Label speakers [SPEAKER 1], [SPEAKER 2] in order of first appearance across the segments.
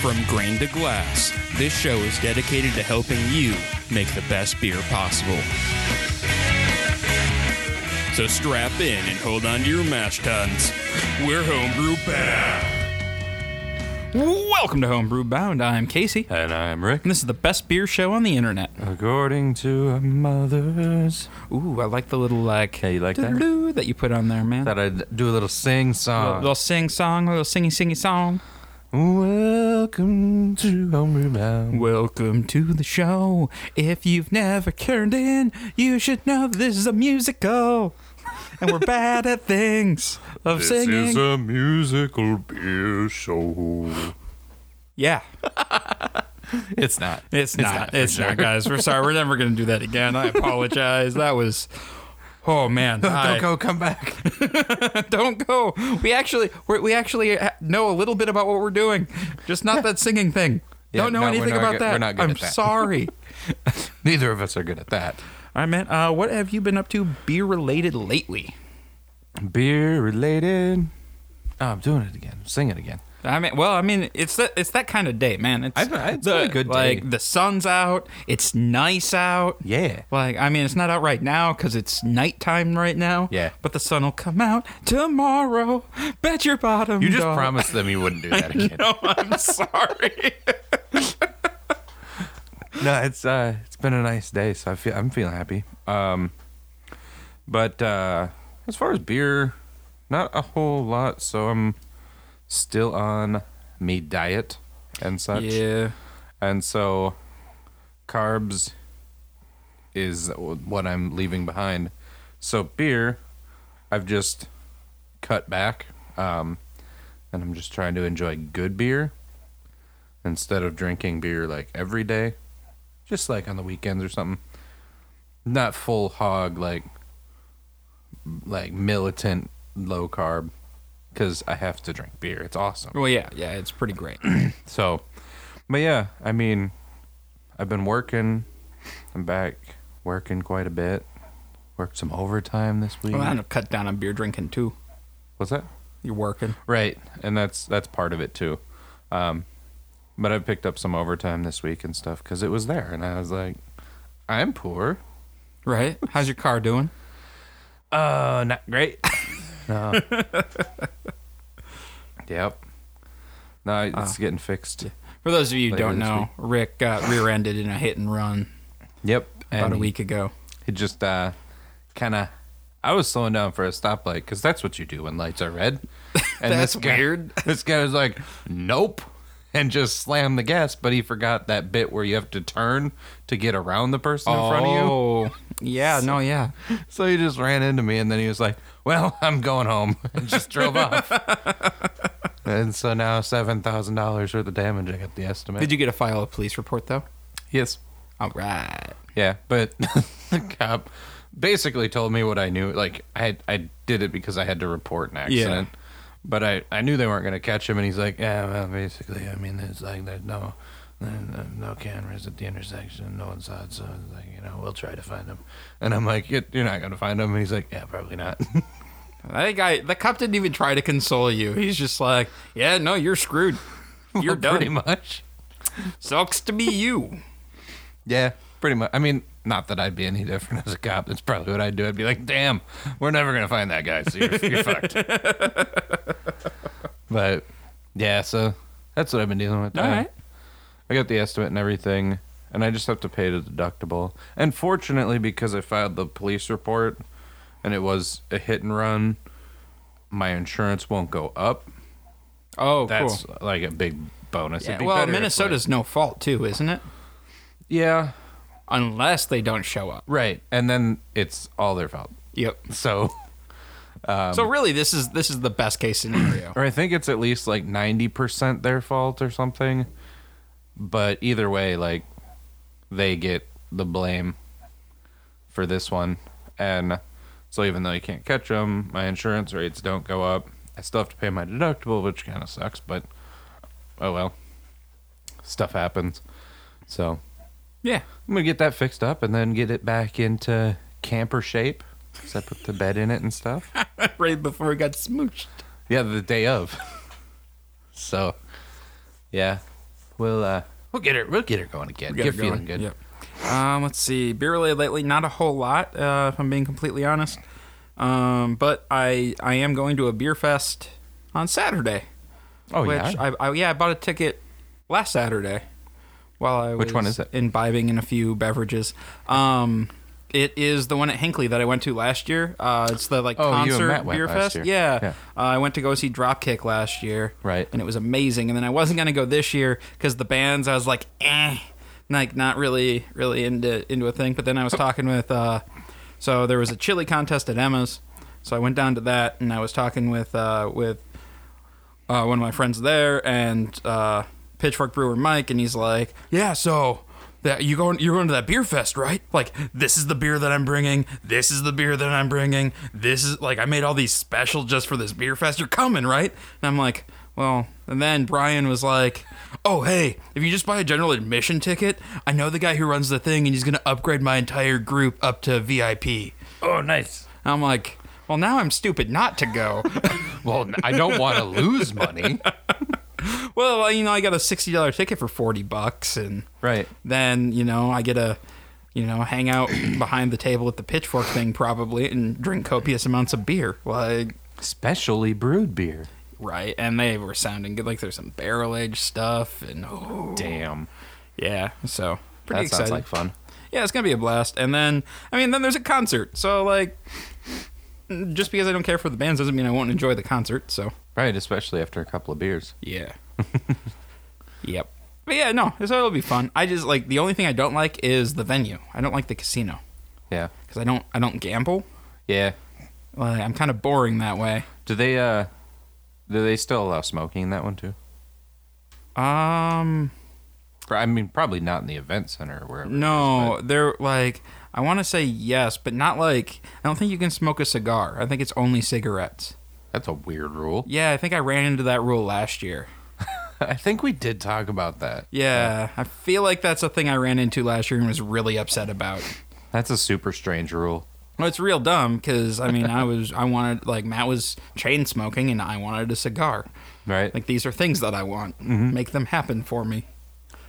[SPEAKER 1] From grain to glass, this show is dedicated to helping you make the best beer possible. So strap in and hold on to your mash tuns. We're Homebrew Bound. Welcome to Homebrew Bound. I'm Casey,
[SPEAKER 2] And I'm Rick.
[SPEAKER 1] and this is the best beer show on the internet.
[SPEAKER 2] According to our mothers.
[SPEAKER 1] Ooh, I like the little like
[SPEAKER 2] Yeah, you like that?
[SPEAKER 1] doo-doo that you put on there, man.
[SPEAKER 2] Thought I'd do a little sing
[SPEAKER 1] little,
[SPEAKER 2] song.
[SPEAKER 1] little sing song, little singy singy song.
[SPEAKER 2] Welcome to Homebrew Bound.
[SPEAKER 1] Welcome to the show. If you've never turned in, you should know this is a musical. And we're bad at things of
[SPEAKER 2] This
[SPEAKER 1] singing.
[SPEAKER 2] is a musical beer show.
[SPEAKER 1] yeah,
[SPEAKER 2] It's not.
[SPEAKER 1] it's, not.
[SPEAKER 2] not, for
[SPEAKER 1] It's
[SPEAKER 2] sure.
[SPEAKER 1] not, guys. We're sorry. We're never going to do that again. I apologize. that was. Oh man! I-
[SPEAKER 2] Don't go, come back.
[SPEAKER 1] Don't go. We actually we're, we actually ha- know a little bit about what we're doing, just not that singing thing.
[SPEAKER 2] Yeah,
[SPEAKER 1] Don't know
[SPEAKER 2] no, we're
[SPEAKER 1] anything
[SPEAKER 2] not
[SPEAKER 1] about
[SPEAKER 2] good-
[SPEAKER 1] that.
[SPEAKER 2] we're not good
[SPEAKER 1] I'm
[SPEAKER 2] at that.
[SPEAKER 1] sorry.
[SPEAKER 2] Neither of us are good at that.
[SPEAKER 1] I meant, uh, what have you been up to beer related lately?
[SPEAKER 2] Beer related. Oh, I'm doing it again. Sing it again.
[SPEAKER 1] I mean, well, I mean, it's that it's that kind of day, man. It's,
[SPEAKER 2] I've been- it's been a good day.
[SPEAKER 1] Like the sun's out, it's nice out.
[SPEAKER 2] Yeah.
[SPEAKER 1] Like I mean, it's not out right now because it's nighttime right now.
[SPEAKER 2] Yeah.
[SPEAKER 1] But the sun will come out tomorrow. Bet your bottom.
[SPEAKER 2] You just
[SPEAKER 1] dog.
[SPEAKER 2] promised them you wouldn't do that again.
[SPEAKER 1] No, I'm sorry.
[SPEAKER 2] no, it's uh, it's been a nice day, so I feel I'm feeling happy. Um, but uh, as far as beer, not a whole lot. So I'm still on me diet and such,
[SPEAKER 1] yeah.
[SPEAKER 2] and so carbs is what I'm leaving behind. So beer, I've just cut back, um, and I'm just trying to enjoy good beer instead of drinking beer like every day, just like on the weekends or something. Not full hog like like militant low carb because I have to drink beer. It's awesome.
[SPEAKER 1] Well, yeah, yeah. It's pretty great.
[SPEAKER 2] So, but yeah, I mean, I've been working. I'm back working quite a bit. Worked some overtime this week.
[SPEAKER 1] well, I'm gonna cut down on beer drinking too.
[SPEAKER 2] What's that?
[SPEAKER 1] You're working.
[SPEAKER 2] Right, and that's that's part of it too. Um, but I picked up some overtime this week and stuff because it was there, and I was like, I'm poor.
[SPEAKER 1] Right? How's your car doing?
[SPEAKER 2] Uh, not great. no. yep. No, it's getting fixed.
[SPEAKER 1] For those of you who
[SPEAKER 2] Later
[SPEAKER 1] don't
[SPEAKER 2] this
[SPEAKER 1] know, Rick got rear-ended in a hit and run
[SPEAKER 2] Yep.
[SPEAKER 1] about
[SPEAKER 2] and
[SPEAKER 1] a week ago.
[SPEAKER 2] It just uh, kind of. I was slowing down for a stoplight because that's what you do when lights are red. And
[SPEAKER 1] That's
[SPEAKER 2] guy,
[SPEAKER 1] weird.
[SPEAKER 2] This guy was like, "Nope," and just slammed the gas. But he forgot that bit where you have to turn to get around the person in front of
[SPEAKER 1] Oh, yeah, no, yeah.
[SPEAKER 2] you. So he just ran into me, and then he was like, "Well, I'm going home," and just drove off. And so now seven thousand dollars worth of damage. I got the estimate.
[SPEAKER 1] Did you get a file a police report though?
[SPEAKER 2] yes.
[SPEAKER 1] All right.
[SPEAKER 2] Yeah, but the cop basically told me what I knew. Like I I did it because I had to report an accident. But I, I knew they weren't going to catch him, and he's like, yeah, well, basically, I mean, there's like there's no there's no cameras at the intersection, no one's out, so it's like you know we'll try to find him. And I'm like, "You- you're not going to find him, and he's like, yeah, probably not.
[SPEAKER 1] That guy, the cop didn't even try to console you. He's just like, yeah, no, you're screwed. You're
[SPEAKER 2] pretty
[SPEAKER 1] done.
[SPEAKER 2] much.
[SPEAKER 1] Sucks to be you.
[SPEAKER 2] Yeah, pretty much. I mean, not that I'd be any different as a cop. That's probably what I'd do. I'd be like, damn, we're never going to find that guy. So you're, you're fucked. But yeah, so that's what I've been dealing with.
[SPEAKER 1] All
[SPEAKER 2] I-
[SPEAKER 1] right.
[SPEAKER 2] I got the estimate and everything, and I just have to pay the deductible. And fortunately, because I filed the police report and it was a hit and run, my insurance won't go up.
[SPEAKER 1] Oh,
[SPEAKER 2] That's
[SPEAKER 1] cool.
[SPEAKER 2] like a big bonus.
[SPEAKER 1] Yeah,
[SPEAKER 2] It'd be
[SPEAKER 1] well,
[SPEAKER 2] better if, like-
[SPEAKER 1] Minnesota's no fault too, isn't it?
[SPEAKER 2] yeah,
[SPEAKER 1] Unless they don't show up.
[SPEAKER 2] right. And then it's all their fault.
[SPEAKER 1] Yep.
[SPEAKER 2] So. Um,
[SPEAKER 1] so really, this is this is the best case scenario.
[SPEAKER 2] or I think it's at least like 90% their fault or something. But either way, like they get the blame for this one. And so even though you can't catch them, my insurance rates don't go up. I still have to pay my deductible, which kind of sucks, but oh well. Stuff happens. So
[SPEAKER 1] yeah.
[SPEAKER 2] I'm going to get that fixed up and then get it back into camper shape. Because I put the bed in it and stuff.
[SPEAKER 1] right before it got smooched.
[SPEAKER 2] Yeah, the day of. so, yeah, we'll uh, we'll get her we'll get her going again.
[SPEAKER 1] Get
[SPEAKER 2] Get,
[SPEAKER 1] it
[SPEAKER 2] feeling
[SPEAKER 1] going.
[SPEAKER 2] good.
[SPEAKER 1] Yep. Um, let's see. Beer related lately, not a whole lot, uh, if I'm being completely honest. Um, but I I am going to a beer fest on Saturday.
[SPEAKER 2] Oh
[SPEAKER 1] which
[SPEAKER 2] yeah.
[SPEAKER 1] I, I yeah I bought a ticket last Saturday. While I
[SPEAKER 2] Which one
[SPEAKER 1] was
[SPEAKER 2] is it?
[SPEAKER 1] Imbibing in a few beverages. Um, it is the one at Hinkley that I went to last year. Uh, it's the like
[SPEAKER 2] Oh, you and
[SPEAKER 1] concert
[SPEAKER 2] Matt went
[SPEAKER 1] beer
[SPEAKER 2] last
[SPEAKER 1] fest.
[SPEAKER 2] year.
[SPEAKER 1] Yeah,
[SPEAKER 2] Yeah.
[SPEAKER 1] Uh, I went to go see Dropkick last year.
[SPEAKER 2] Right.
[SPEAKER 1] and it was amazing. And then I wasn't gonna go this year because the bands I was like, eh, like not really, really into into a thing. But then I was talking with, uh, so there was a chili contest at Emma's, so I went down to that and I was talking with uh, with uh, one of my friends there and uh, Pitchfork Brewer Mike, and he's like, "Yeah, so that you going you're going to that beer fest, right? Like this is the beer that I'm bringing. This is the beer that I'm bringing. This is like I made all these special just for this beer fest. You're coming, right?" And I'm like, "Well." And then Brian was like, "Oh, hey, if you just buy a general admission ticket, I know the guy who runs the thing, and he's gonna upgrade my entire group up to VIP."
[SPEAKER 2] oh nice.
[SPEAKER 1] I'm like, "Well, now I'm stupid not to go."
[SPEAKER 2] Well, I don't want to lose money.
[SPEAKER 1] well, you know, I got a sixty dollar ticket for forty bucks, and
[SPEAKER 2] Right.
[SPEAKER 1] then you know I get a you know hang out behind the table at the pitchfork thing probably and drink copious amounts of beer. Like
[SPEAKER 2] Specially brewed beer.
[SPEAKER 1] right, and they were sounding good. Like there's some barrel aged stuff, and oh,
[SPEAKER 2] Damn.
[SPEAKER 1] yeah, so pretty
[SPEAKER 2] that
[SPEAKER 1] excited.
[SPEAKER 2] sounds like fun.
[SPEAKER 1] yeah, it's gonna be a blast. And then I mean, then there's a concert. So like, just because I don't care for the bands doesn't mean I won't enjoy the concert. So
[SPEAKER 2] Right, especially after a couple of beers.
[SPEAKER 1] Yeah. yep. But yeah, no, so it'll be fun. I just like the only thing I don't like is the venue. I don't like the casino
[SPEAKER 2] Yeah.
[SPEAKER 1] because I don't I don't gamble.
[SPEAKER 2] Yeah.
[SPEAKER 1] Like, I'm kind of boring that way.
[SPEAKER 2] Do they uh do they still allow smoking in that one too?
[SPEAKER 1] Um,
[SPEAKER 2] Pro- I mean, probably not in the event center or wherever. it is,
[SPEAKER 1] no, they're like I want to say yes, but not like I don't think you can smoke a cigar. I think it's only cigarettes.
[SPEAKER 2] but that's a weird rule.
[SPEAKER 1] Yeah, I think I ran into that rule last year.
[SPEAKER 2] I think we did talk about that.
[SPEAKER 1] Yeah, I feel like that's a thing I ran into last year and was really upset about.
[SPEAKER 2] That's a super strange rule.
[SPEAKER 1] Well, it's real dumb because I mean, I was I wanted like Matt was chain smoking and I wanted a cigar.
[SPEAKER 2] Right. Mm-hmm.
[SPEAKER 1] Like these are things that I want. Make them happen for me.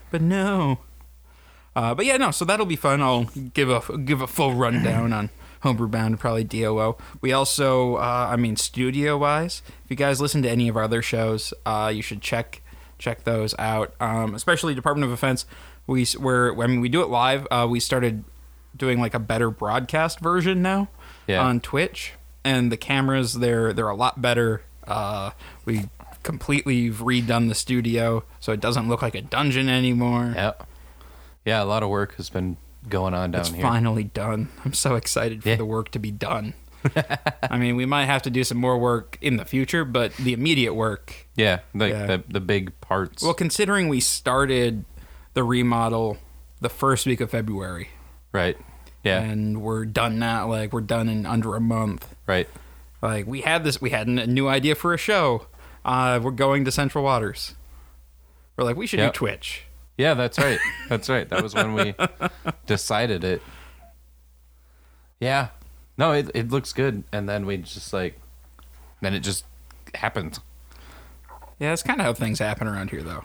[SPEAKER 1] But no. Uh, but yeah, no. So that'll be fun. I'll give a give a full rundown on Homebrew Bound and probably DOO. We also, uh, I mean, studio wise, if you guys listen to any of our other shows, uh, you should check check those out. Um, especially Department of Defense. We s- we're I mean we do it live. Uh, we started doing like a better broadcast version now
[SPEAKER 2] Yeah.
[SPEAKER 1] on Twitch, and the cameras they're they're a lot better. Uh, we completely redone the studio, so it doesn't look like a dungeon anymore.
[SPEAKER 2] yeah. Yeah, a lot of work has been going on down
[SPEAKER 1] It's
[SPEAKER 2] here.
[SPEAKER 1] finally done. I'm so excited for
[SPEAKER 2] Yeah.
[SPEAKER 1] the work to be done. I mean, we might have to do some more work in the future, but the immediate work.
[SPEAKER 2] Yeah, like
[SPEAKER 1] Yeah.
[SPEAKER 2] The, the big parts.
[SPEAKER 1] Well, considering we started the remodel the first week of February,
[SPEAKER 2] right. Yeah.
[SPEAKER 1] and we're done now. Like we're done in under a month.
[SPEAKER 2] Right.
[SPEAKER 1] Like we had this, we had a new idea for a show. Uh, we're going to Central Waters. We're like, we should
[SPEAKER 2] Yep.
[SPEAKER 1] do Twitch.
[SPEAKER 2] Yeah, that's right. That's right. That was when we decided it. Yeah. No, it it looks good, and then we just like, then it just happened.
[SPEAKER 1] Yeah, that's kind of how things happen around here, though.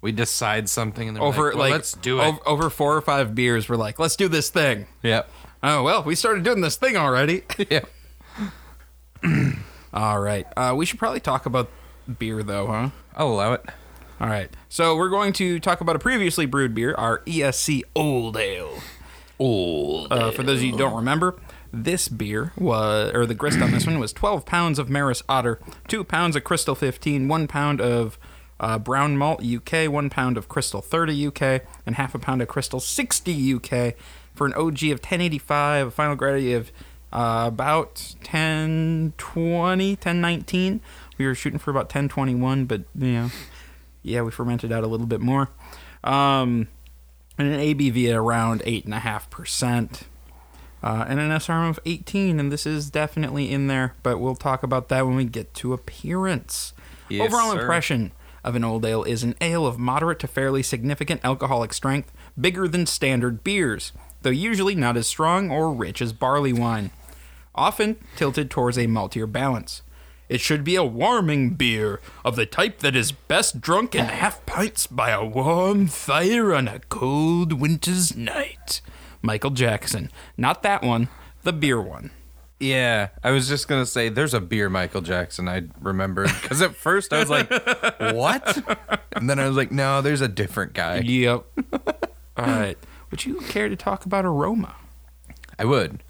[SPEAKER 2] We decide something, and then
[SPEAKER 1] over
[SPEAKER 2] we're
[SPEAKER 1] like,
[SPEAKER 2] like, "Well, let's do it.
[SPEAKER 1] ov- Over, four or five beers, we're like, let's do this thing.
[SPEAKER 2] yeah.
[SPEAKER 1] Oh well, we started doing this thing already.
[SPEAKER 2] Yeah.
[SPEAKER 1] All right, uh, we should probably talk about beer, though, huh?
[SPEAKER 2] I'll allow it.
[SPEAKER 1] All right, so we're going to talk about a previously brewed beer, our ESC Old Ale.
[SPEAKER 2] Old.
[SPEAKER 1] Uh, for those of you who don't remember, this beer was, or the grist on this one was 12 pounds of Maris Otter, 2 pounds of Crystal 15, 1 pound of uh, Brown Malt UK, 1 pound of Crystal 30 UK, and half a pound of Crystal 60 UK for an OG of 1085, a final gravity of uh, about 1020, 1019. We were shooting for about 1021, but, you know, yeah, we fermented out a little bit more. Um, and an ABV at around eight and a half percent, Uh, and an SRM of eighteen. And this is definitely in there, but we'll talk about that when we get to appearance.
[SPEAKER 2] Yes,
[SPEAKER 1] Overall
[SPEAKER 2] sir.
[SPEAKER 1] impression of an old ale is an ale of moderate to fairly significant alcoholic strength, bigger than standard beers, though usually not as strong or rich as barley wine, often tilted towards a maltier balance. It should be a warming beer of the type that is best drunk in half pints by a warm fire on a cold winter's night. Michael Jackson. Not that one, the beer one.
[SPEAKER 2] Yeah, I was just gonna say there's a beer Michael Jackson I remember because at first I was like, what? And then I was like, no, there's a different guy.
[SPEAKER 1] Yep. All right. Would you care to talk about aroma?
[SPEAKER 2] I would.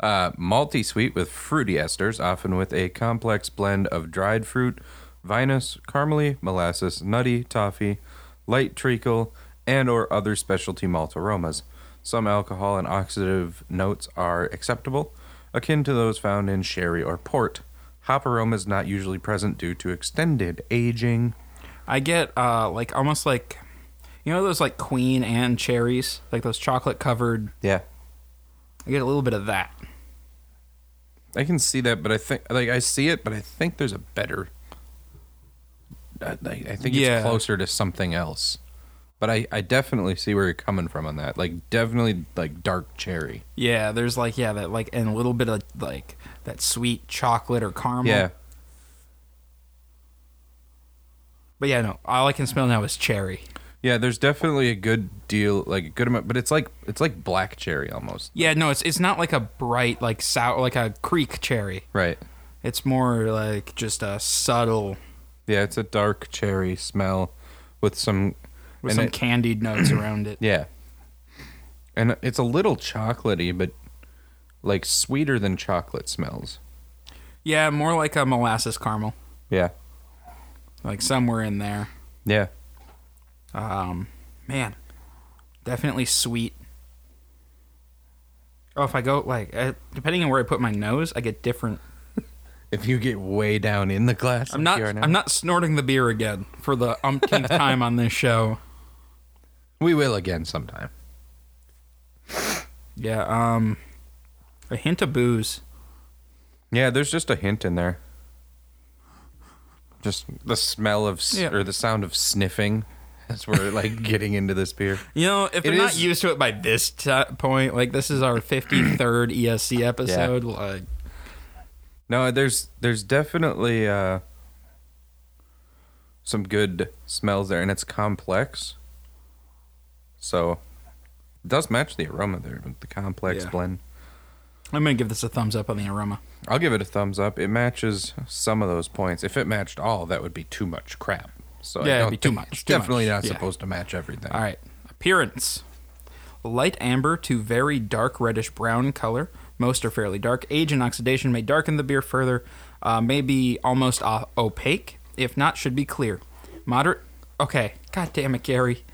[SPEAKER 2] Uh, malty sweet with fruity esters, often with a complex blend of dried fruit, vinous, caramely, molasses, nutty, toffee, light treacle, and or other specialty malt aromas. Some alcohol and oxidative notes are acceptable, akin to those found in sherry or port. Hop aroma is not usually present due to extended aging.
[SPEAKER 1] I get uh like almost like you know those like queen and cherries, like those chocolate covered.
[SPEAKER 2] Yeah.
[SPEAKER 1] I get a little bit of that.
[SPEAKER 2] I can see that, but I think like I see it, but I think there's a better. I, I I think
[SPEAKER 1] Yeah.
[SPEAKER 2] it's closer to something else, but I I definitely see where you're coming from on that. Like definitely like dark cherry.
[SPEAKER 1] Yeah, there's like yeah that like and a little bit of like that sweet chocolate or caramel.
[SPEAKER 2] Yeah,
[SPEAKER 1] But yeah, no, all I can smell now is cherry.
[SPEAKER 2] yeah. There's definitely a good deal, like a good amount, but it's like it's like black cherry almost,
[SPEAKER 1] Yeah, no, it's it's not like a bright like sour like a creek cherry.
[SPEAKER 2] right?
[SPEAKER 1] It's more like just a subtle
[SPEAKER 2] Yeah, it's a dark cherry smell with some
[SPEAKER 1] with
[SPEAKER 2] and
[SPEAKER 1] some
[SPEAKER 2] it-
[SPEAKER 1] candied notes around it.
[SPEAKER 2] Yeah. And it's a little chocolatey, but like sweeter than chocolate smells.
[SPEAKER 1] Yeah, more like a molasses caramel,
[SPEAKER 2] Yeah.
[SPEAKER 1] like somewhere in there.
[SPEAKER 2] Yeah.
[SPEAKER 1] Um, man, definitely sweet. Oh, if I go like uh, depending on where I put my nose, I get different.
[SPEAKER 2] If you get way down in the glass,
[SPEAKER 1] I'm not. I'm not snorting the beer again for the umpteenth time on this show.
[SPEAKER 2] We will again sometime.
[SPEAKER 1] Yeah. Um, a hint of booze.
[SPEAKER 2] Yeah, there's just a hint in there. Just the smell of s
[SPEAKER 1] Yeah.
[SPEAKER 2] or the sound of sniffing as we're like getting into this beer.
[SPEAKER 1] You know, if they're
[SPEAKER 2] It
[SPEAKER 1] not
[SPEAKER 2] is-
[SPEAKER 1] used to it by this t- point, like this is our 53rd ESC episode. Like,
[SPEAKER 2] No, there's there's definitely uh, some good smells there, and it's complex. So, it does match the aroma there with the complex
[SPEAKER 1] Yeah.
[SPEAKER 2] blend.
[SPEAKER 1] I'm gonna give this a thumbs up on the aroma.
[SPEAKER 2] I'll give it a thumbs up. It matches some of those points. If it matched all, that would be too much crap. So I
[SPEAKER 1] Yeah, it'd
[SPEAKER 2] don't
[SPEAKER 1] be too
[SPEAKER 2] think-
[SPEAKER 1] much,
[SPEAKER 2] It's
[SPEAKER 1] too
[SPEAKER 2] definitely
[SPEAKER 1] much.
[SPEAKER 2] not
[SPEAKER 1] Yeah.
[SPEAKER 2] supposed to match everything.
[SPEAKER 1] All right. Appearance. Light amber to very dark reddish brown color. Most are fairly dark. Age and oxidation may darken the beer further. Uh, may be almost uh, opaque. If not, should be clear. Moderate. Okay. God damn it, Gary.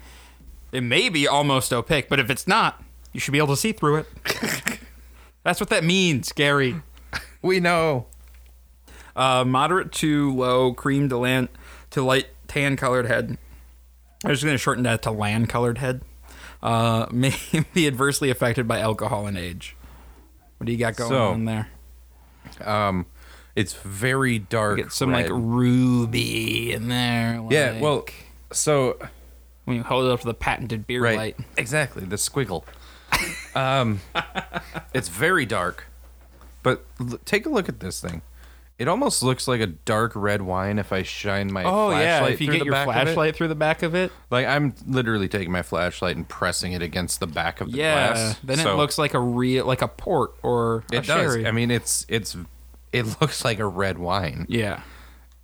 [SPEAKER 1] It may be almost opaque, but if it's not, you should be able to see through it. That's what that means, Gary.
[SPEAKER 2] We know.
[SPEAKER 1] Uh, moderate to low cream to lan to light tan colored head. I'm just going to shorten that to lan colored head. Uh, may be adversely affected by alcohol and age. What do you got going
[SPEAKER 2] So,
[SPEAKER 1] on there?
[SPEAKER 2] Um, it's very dark.
[SPEAKER 1] Get some like
[SPEAKER 2] red.
[SPEAKER 1] ruby in there. Like,
[SPEAKER 2] yeah. Well, so
[SPEAKER 1] when you hold it up to the patented beer
[SPEAKER 2] right,
[SPEAKER 1] light,
[SPEAKER 2] exactly the squiggle. um, it's very dark, but l- take a look at this thing. It almost looks like a dark red wine if I shine my
[SPEAKER 1] oh
[SPEAKER 2] flashlight
[SPEAKER 1] yeah, if you
[SPEAKER 2] through
[SPEAKER 1] get
[SPEAKER 2] the
[SPEAKER 1] your
[SPEAKER 2] back of it.
[SPEAKER 1] flashlight through the back of it,
[SPEAKER 2] Like I'm literally taking my flashlight and pressing it against the back of the
[SPEAKER 1] yeah,
[SPEAKER 2] glass.
[SPEAKER 1] then
[SPEAKER 2] so
[SPEAKER 1] it looks like a real like a port or a
[SPEAKER 2] it does.
[SPEAKER 1] sherry.
[SPEAKER 2] I mean, it's it's it looks like a red wine.
[SPEAKER 1] yeah.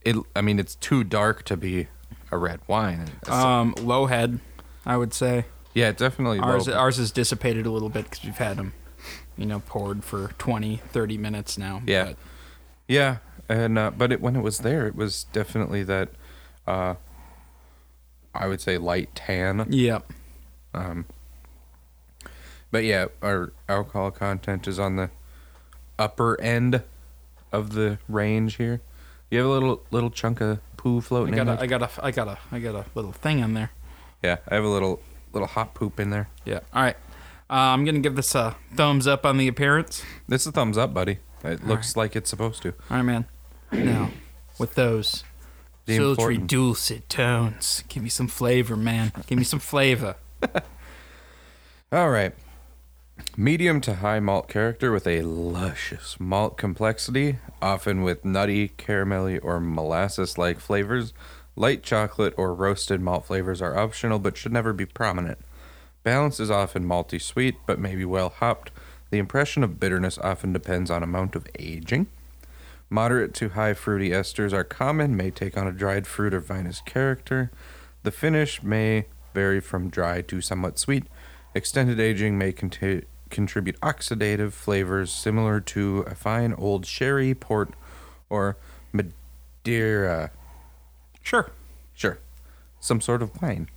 [SPEAKER 2] It I mean, it's too dark to be a red wine.
[SPEAKER 1] Um, low head, I would say.
[SPEAKER 2] yeah, it definitely.
[SPEAKER 1] Ours,
[SPEAKER 2] low-
[SPEAKER 1] ours is dissipated a little bit because we've had them, you know, poured for 20, 30 minutes now.
[SPEAKER 2] Yeah,
[SPEAKER 1] but-
[SPEAKER 2] yeah, and uh, but it, when it was there, it was definitely that. Uh, I would say light tan,
[SPEAKER 1] Yep.
[SPEAKER 2] but yeah, our alcohol content is on the upper end of the range here. You have a little little chunk of poo
[SPEAKER 1] I
[SPEAKER 2] floating
[SPEAKER 1] got,
[SPEAKER 2] in there.
[SPEAKER 1] a, I, got a, I, got a, I got a little thing in there.
[SPEAKER 2] Yeah, I have a little little hot poop in there.
[SPEAKER 1] Yeah. All right. Uh, I'm going to give this a thumbs up on the appearance.
[SPEAKER 2] This is a thumbs up, buddy. It looks like it's supposed to.
[SPEAKER 1] All right, man. Now, with those
[SPEAKER 2] The
[SPEAKER 1] sultry,
[SPEAKER 2] important-
[SPEAKER 1] dulcet tones, give me some flavor, man. Give me some flavor.
[SPEAKER 2] All right. Medium to high malt character with a luscious malt complexity, often with nutty, caramelly, or molasses like flavors. Light chocolate or roasted malt flavors are optional but should never be prominent. Balance is often malty sweet but may be well hopped. The impression of bitterness often depends on amount of aging. Moderate to high fruity esters are common, may take on a dried fruit or vinous character. The finish may vary from dry to somewhat sweet. Extended aging may conti- contribute oxidative flavors similar to a fine old sherry, port, or Madeira.
[SPEAKER 1] Sure.
[SPEAKER 2] Sure, some sort of wine.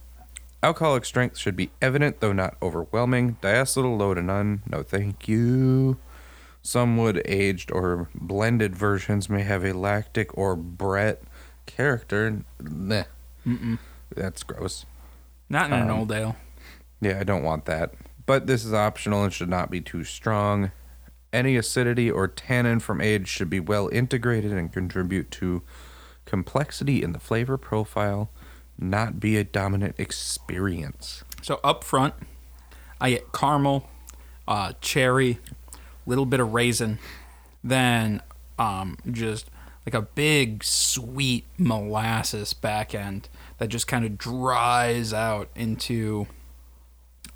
[SPEAKER 2] Alcoholic strength should be evident, though not overwhelming. Diacetyl low to none. No, thank you. Some wood aged or blended versions may have a lactic or Brett character. Nah. That's gross.
[SPEAKER 1] Not in an
[SPEAKER 2] Um,
[SPEAKER 1] old ale.
[SPEAKER 2] Yeah, I don't want that. But this is optional and should not be too strong. Any acidity or tannin from age should be well integrated and contribute to complexity in the flavor profile, not be a dominant experience.
[SPEAKER 1] So up front, I get caramel, uh, cherry, little bit of raisin, then um, just like a big sweet molasses back end that just kind of dries out into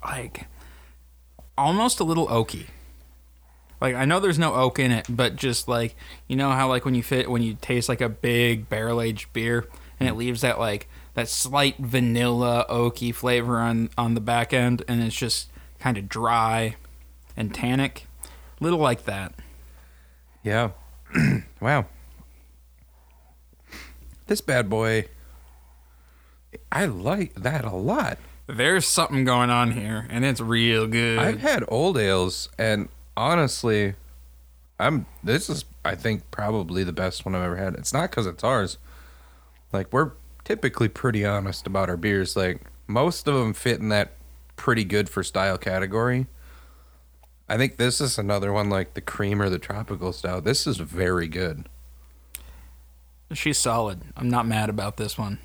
[SPEAKER 1] like almost a little oaky. Like I know there's no oak in it, but just like you know how like when you fit when you taste like a big barrel aged beer and it leaves that like that slight vanilla oaky flavor on on the back end and it's just kind of dry and tannic. Little like that.
[SPEAKER 2] Yeah. wow. This bad boy. I like that a lot.
[SPEAKER 1] There's something going on here and it's real good.
[SPEAKER 2] I've had old ales, and honestly, I'm this is I think probably the best one I've ever had. It's not because it's ours. Like we're typically pretty honest about our beers. Like most of them fit in that pretty good for style category. I think this is another one like the cream or the tropical style. This is very good.
[SPEAKER 1] She's solid. I'm not mad about this one.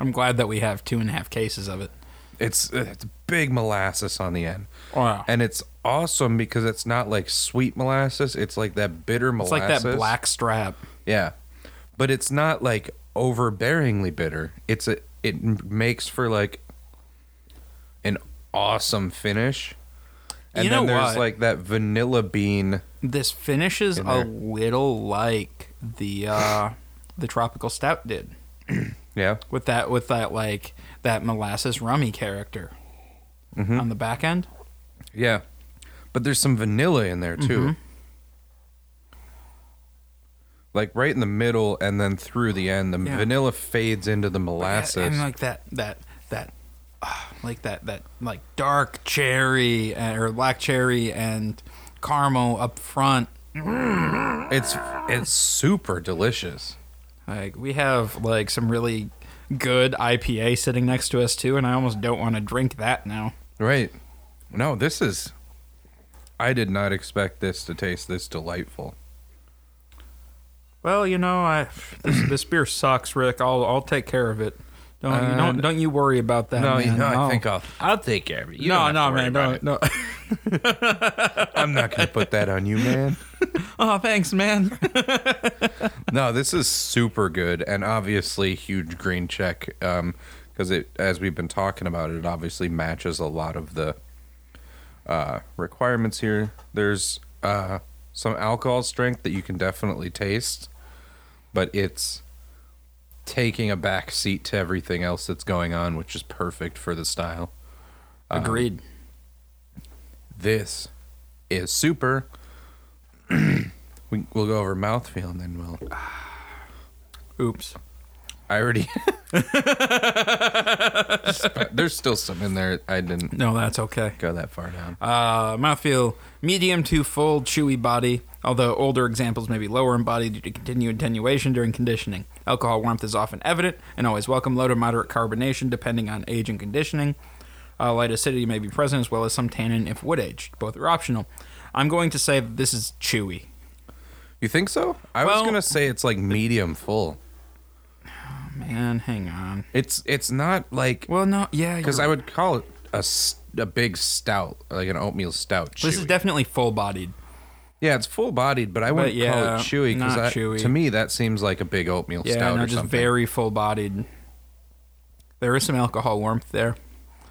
[SPEAKER 1] I'm glad that we have two and a half cases of it.
[SPEAKER 2] It's it's big molasses on the end.
[SPEAKER 1] Wow.
[SPEAKER 2] And it's awesome because it's not like sweet molasses. It's like that bitter
[SPEAKER 1] It's
[SPEAKER 2] molasses.
[SPEAKER 1] like that black strap.
[SPEAKER 2] Yeah, but it's not like overbearingly bitter. It's a it m- makes for like an awesome finish. And
[SPEAKER 1] You
[SPEAKER 2] then
[SPEAKER 1] know
[SPEAKER 2] there's
[SPEAKER 1] what?
[SPEAKER 2] like that vanilla bean.
[SPEAKER 1] This finishes
[SPEAKER 2] In
[SPEAKER 1] a
[SPEAKER 2] there.
[SPEAKER 1] little like the uh the tropical stout did
[SPEAKER 2] Yeah,
[SPEAKER 1] with that with that like that molasses rummy character
[SPEAKER 2] Mm-hmm.
[SPEAKER 1] on the back end.
[SPEAKER 2] yeah, but there's some vanilla in there too.
[SPEAKER 1] Mm-hmm.
[SPEAKER 2] Like right in the middle, and then through the end, the
[SPEAKER 1] Yeah.
[SPEAKER 2] vanilla fades into the molasses.
[SPEAKER 1] And uh, like that that that ah, like that that like dark cherry uh, or black cherry and caramel up front.
[SPEAKER 2] It's it's super delicious.
[SPEAKER 1] Like we have like some really good IPA sitting next to us too, and I almost don't want to drink that now.
[SPEAKER 2] Right. No, this is. I did not expect this to taste this delightful.
[SPEAKER 1] Well, you know, I this, this beer sucks, Rick. I'll I'll take care of it. Don't you don't don't you worry about that.
[SPEAKER 2] Uh, no,
[SPEAKER 1] man.
[SPEAKER 2] no,
[SPEAKER 1] I'll-
[SPEAKER 2] I think I'll. I'll take care of it. You
[SPEAKER 1] Oh, no,
[SPEAKER 2] don't
[SPEAKER 1] no,
[SPEAKER 2] have to
[SPEAKER 1] man,
[SPEAKER 2] worry about
[SPEAKER 1] don't.
[SPEAKER 2] it.
[SPEAKER 1] No.
[SPEAKER 2] I'm not gonna put that on you, man.
[SPEAKER 1] oh, thanks, man.
[SPEAKER 2] Uh, No, this is super good, and obviously huge green check. Um, because it, as we've been talking about, it obviously matches a lot of the uh, requirements here. There's uh some alcohol strength that you can definitely taste, but it's taking a back seat to everything else that's going on, which is perfect for the style.
[SPEAKER 1] Agreed.
[SPEAKER 2] This is super. we, we'll go over mouthfeel and then we'll.
[SPEAKER 1] Oops.
[SPEAKER 2] I already. There's still some in there. I didn't
[SPEAKER 1] No, that's okay.
[SPEAKER 2] go that far down.
[SPEAKER 1] Uh, mouthfeel medium to full, chewy body, although older examples may be lower in body due to continued attenuation during conditioning. Alcohol warmth is often evident and always welcome, low to moderate carbonation depending on age and conditioning. Uh, light acidity may be present as well as some tannin if wood aged. Both are optional. I'm going to say that this is chewy.
[SPEAKER 2] You think so? I
[SPEAKER 1] well-
[SPEAKER 2] was gonna say it's like medium full.
[SPEAKER 1] Man, hang on.
[SPEAKER 2] It's it's not like
[SPEAKER 1] Well, no, yeah,
[SPEAKER 2] because
[SPEAKER 1] you're-
[SPEAKER 2] I would call it a s- a big stout, like an oatmeal stout.
[SPEAKER 1] This is
[SPEAKER 2] chewy.
[SPEAKER 1] definitely full bodied.
[SPEAKER 2] yeah, it's full bodied, but I wouldn't call
[SPEAKER 1] yeah,
[SPEAKER 2] it chewy
[SPEAKER 1] not
[SPEAKER 2] because
[SPEAKER 1] chewy.
[SPEAKER 2] to me that seems like a big oatmeal
[SPEAKER 1] Yeah,
[SPEAKER 2] stout
[SPEAKER 1] no,
[SPEAKER 2] or
[SPEAKER 1] just
[SPEAKER 2] something.
[SPEAKER 1] very full bodied. There is some alcohol warmth there.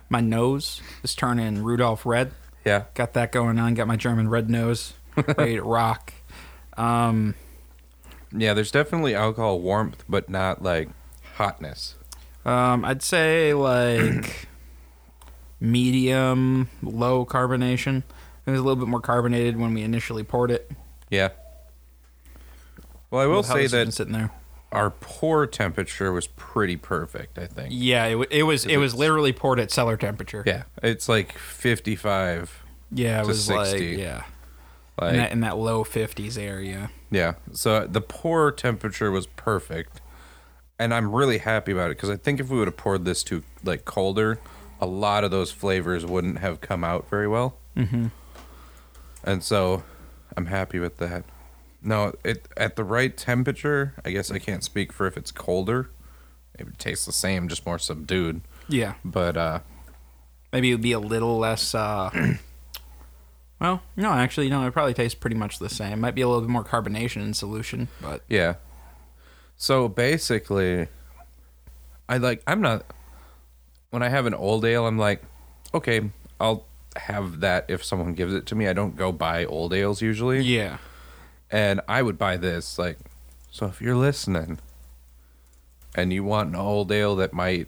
[SPEAKER 1] My nose is turning Rudolph red.
[SPEAKER 2] yeah,
[SPEAKER 1] Got that going on. Got my German red nose. Ready to rock. Um,
[SPEAKER 2] yeah. There's definitely alcohol warmth, but not like hotness.
[SPEAKER 1] um, I'd say like medium, low carbonation. It was a little bit more carbonated when we initially poured it.
[SPEAKER 2] Yeah. Well, I will
[SPEAKER 1] The hell
[SPEAKER 2] say
[SPEAKER 1] has it been
[SPEAKER 2] that
[SPEAKER 1] sitting there.
[SPEAKER 2] our pour temperature was pretty perfect. I think.
[SPEAKER 1] Yeah, it, wa- it was it was literally poured at cellar temperature.
[SPEAKER 2] Yeah, it's like 55.
[SPEAKER 1] yeah, it
[SPEAKER 2] to
[SPEAKER 1] was
[SPEAKER 2] 60.
[SPEAKER 1] like yeah,
[SPEAKER 2] Like
[SPEAKER 1] in, that, in that low fifties area.
[SPEAKER 2] yeah, so the pour temperature was perfect, and I'm really happy about it because I think if we would have poured this to like colder, a lot of those flavors wouldn't have come out very well. Mm-hmm. And so, I'm happy with that. No, it at the right temperature. I guess I can't speak for if it's colder. It would taste the same, just more subdued.
[SPEAKER 1] Yeah,
[SPEAKER 2] But uh,
[SPEAKER 1] maybe it'd be a little less. Uh, well, no, actually, no. It probably tastes pretty much the same. Might be a little bit more carbonation in solution, but
[SPEAKER 2] Yeah. So basically, I like, I'm not, when I have an old ale, I'm like, okay, I'll have that if someone gives it to me. I don't go buy old ales usually.
[SPEAKER 1] yeah,
[SPEAKER 2] And I would buy this. Like, so if you're listening and you want an old ale that might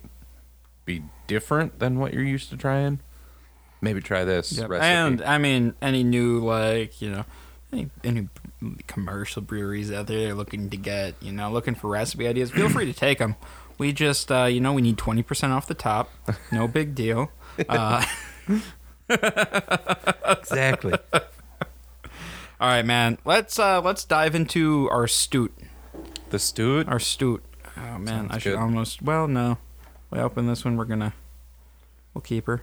[SPEAKER 2] be different than what you're used to trying, maybe try this recipe.
[SPEAKER 1] And I mean, any new like you know, any, any commercial breweries out there they're looking to get you know looking for recipe ideas, feel free to take them. We just uh, you know we need twenty percent off the top. No big deal. Uh,
[SPEAKER 2] exactly.
[SPEAKER 1] all right, man. Let's uh, let's dive into our stoot.
[SPEAKER 2] the Stewart.
[SPEAKER 1] Our stoot. Oh man, I
[SPEAKER 2] Sounds
[SPEAKER 1] should
[SPEAKER 2] good.
[SPEAKER 1] almost. Well, no. We open this one. We're gonna. We'll keep her.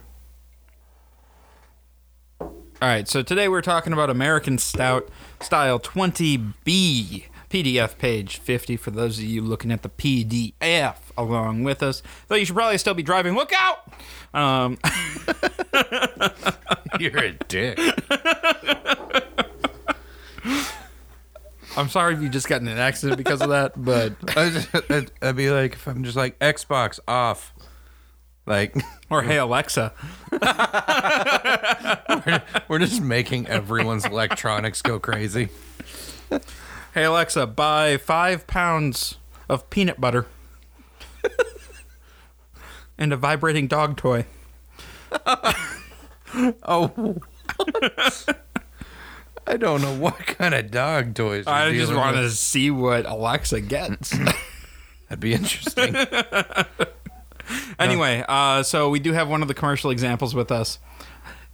[SPEAKER 1] All right. So today we're talking about American Stout Style 20B PDF page 50 for those of you looking at the PDF along with us. Though you should probably still be driving. Look out! Um,
[SPEAKER 2] You're a dick.
[SPEAKER 1] I'm sorry if you just got in an accident because of that, but
[SPEAKER 2] I'd, I'd- I'd be like, if I'm just like Xbox off, like
[SPEAKER 1] or hey Alexa.
[SPEAKER 2] we're just making everyone's electronics go crazy.
[SPEAKER 1] Hey Alexa, buy five pounds of peanut butter and a vibrating dog toy.
[SPEAKER 2] Oh, I don't know what kind of dog toys. you're
[SPEAKER 1] I just
[SPEAKER 2] dealing
[SPEAKER 1] want
[SPEAKER 2] with.
[SPEAKER 1] to see what Alexa gets.
[SPEAKER 2] That'd be interesting.
[SPEAKER 1] anyway, uh, so we do have one of the commercial examples with us.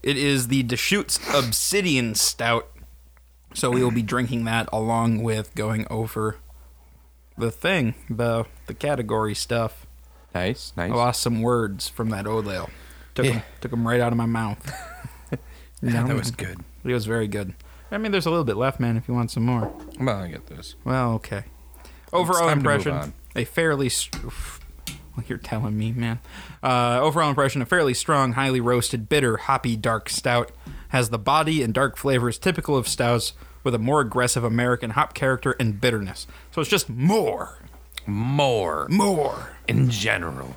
[SPEAKER 1] It is the Deschutes Obsidian Stout. So we will be drinking that along with going over the thing, the the category stuff.
[SPEAKER 2] nice,
[SPEAKER 1] I
[SPEAKER 2] nice.
[SPEAKER 1] lost some words from that old ale. Took,
[SPEAKER 2] Yeah.
[SPEAKER 1] them, took 'em right out of my mouth. You know?
[SPEAKER 2] That was good.
[SPEAKER 1] It was very good. I mean, there's a little bit left, man. If you want some more,
[SPEAKER 2] I'm gonna get this.
[SPEAKER 1] well, okay. Overall
[SPEAKER 2] time to move
[SPEAKER 1] impression:
[SPEAKER 2] on.
[SPEAKER 1] a fairly. St- well, you're telling me, man. Uh, overall impression: a fairly strong, highly roasted, bitter, hoppy, dark stout has the body and dark flavors typical of stouts with a more aggressive American hop character and bitterness. So it's just more,
[SPEAKER 2] More
[SPEAKER 1] more.
[SPEAKER 2] in general.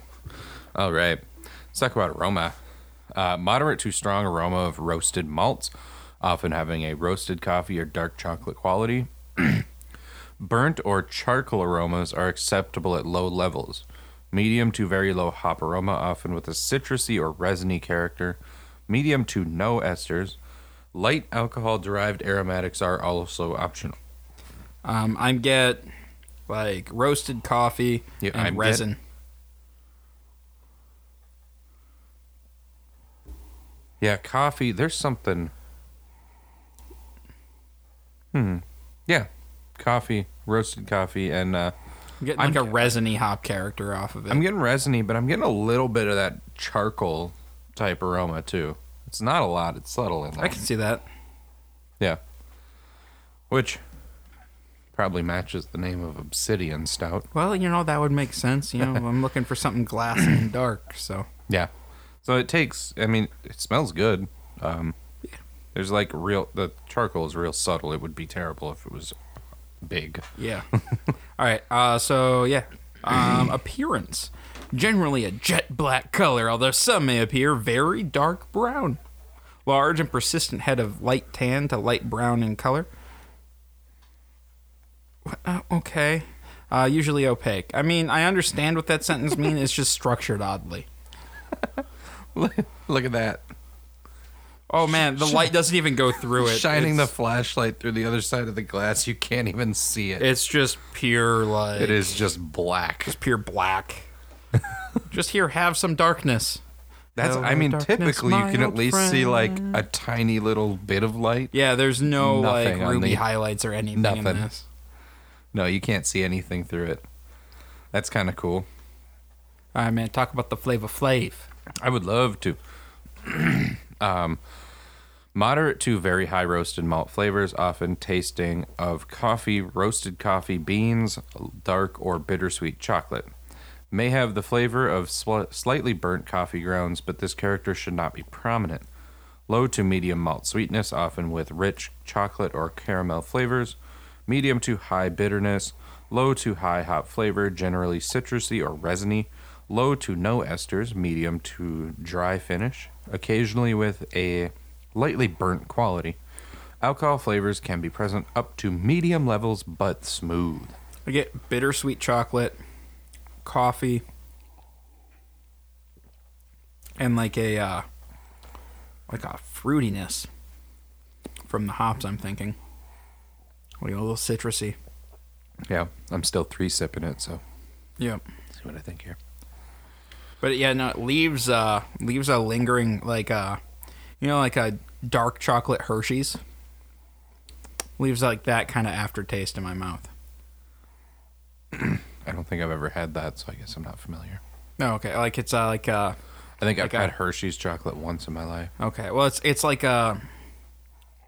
[SPEAKER 2] All Oh, right, let's talk about aroma. Uh, moderate to strong aroma of roasted malts, often having a roasted coffee or dark chocolate quality. Burnt or charcoal aromas are acceptable at low levels. Medium to very low hop aroma, often with a citrusy or resiny character. Medium to no esters. Light alcohol derived aromatics are also optional.
[SPEAKER 1] Um, I get like roasted coffee
[SPEAKER 2] Yeah,
[SPEAKER 1] and
[SPEAKER 2] I'm get-
[SPEAKER 1] resin.
[SPEAKER 2] Yeah, coffee. There's something. Hmm. Yeah, coffee, roasted coffee, and uh,
[SPEAKER 1] I'm getting like a resiny hop character off of it.
[SPEAKER 2] I'm getting resiny, but I'm getting a little bit of that charcoal type aroma too. It's not a lot. It's subtle in there.
[SPEAKER 1] I can see that.
[SPEAKER 2] Yeah. Which probably matches the name of Obsidian Stout.
[SPEAKER 1] Well, you know that would make sense. You know, I'm looking for something glassy and dark. So
[SPEAKER 2] Yeah. So it takes. I mean, it smells good. Um, there's like real. The charcoal is real subtle. It would be terrible if it was big.
[SPEAKER 1] Yeah. All right. Uh, so yeah, um, appearance generally a jet black color, although some may appear very dark brown. Large and persistent head of light tan to light brown in color. What- uh, okay. Uh, usually opaque. I mean, I understand what that sentence means. It's just structured oddly.
[SPEAKER 2] Look at that.
[SPEAKER 1] Oh man, the light doesn't even go through it.
[SPEAKER 2] Shining the
[SPEAKER 1] it's,
[SPEAKER 2] flashlight through the other side of the glass. You can't even see it.
[SPEAKER 1] It's just pure like.
[SPEAKER 2] it is just black.
[SPEAKER 1] pure black. just here, have some darkness.
[SPEAKER 2] That's.
[SPEAKER 1] Hello,
[SPEAKER 2] I mean,
[SPEAKER 1] darkness,
[SPEAKER 2] typically you
[SPEAKER 1] my
[SPEAKER 2] can at
[SPEAKER 1] old
[SPEAKER 2] least see like
[SPEAKER 1] friend.
[SPEAKER 2] a tiny little bit of light.
[SPEAKER 1] Yeah, there's no
[SPEAKER 2] Nothing
[SPEAKER 1] like
[SPEAKER 2] on
[SPEAKER 1] ruby
[SPEAKER 2] the-
[SPEAKER 1] highlights or anything in
[SPEAKER 2] Nothing.
[SPEAKER 1] this.
[SPEAKER 2] No, you can't see anything through it. That's kind of cool.
[SPEAKER 1] All right, man. Talk about the flavor flave.
[SPEAKER 2] I would love to. um, moderate to very high roasted malt flavors, often tasting of coffee, roasted coffee beans, dark or bittersweet chocolate. May have the flavor of sl- slightly burnt coffee grounds, but this character should not be prominent. Low to medium malt sweetness, often with rich chocolate or caramel flavors. Medium to high bitterness. Low to high hop flavor, generally citrusy or resiny. Low to no esters, medium to dry finish, occasionally with a lightly burnt quality. Alcohol flavors can be present up to medium levels but smooth.
[SPEAKER 1] I get bittersweet chocolate, coffee, and like a uh, like a fruitiness from the hops. I'm thinking, like a little citrusy.
[SPEAKER 2] Yeah, I'm still three sipping it, so
[SPEAKER 1] Yep.
[SPEAKER 2] see what I think here.
[SPEAKER 1] But yeah, no, it leaves uh leaves a lingering like uh you know like a dark chocolate Hershey's. Leaves like that kind of aftertaste in my mouth.
[SPEAKER 2] I don't think I've ever had that, so I guess I'm not familiar.
[SPEAKER 1] No, okay. Like it's uh, like uh
[SPEAKER 2] I think I've
[SPEAKER 1] Like a-
[SPEAKER 2] had Hershey's chocolate once in my life.
[SPEAKER 1] okay. Well, it's it's like uh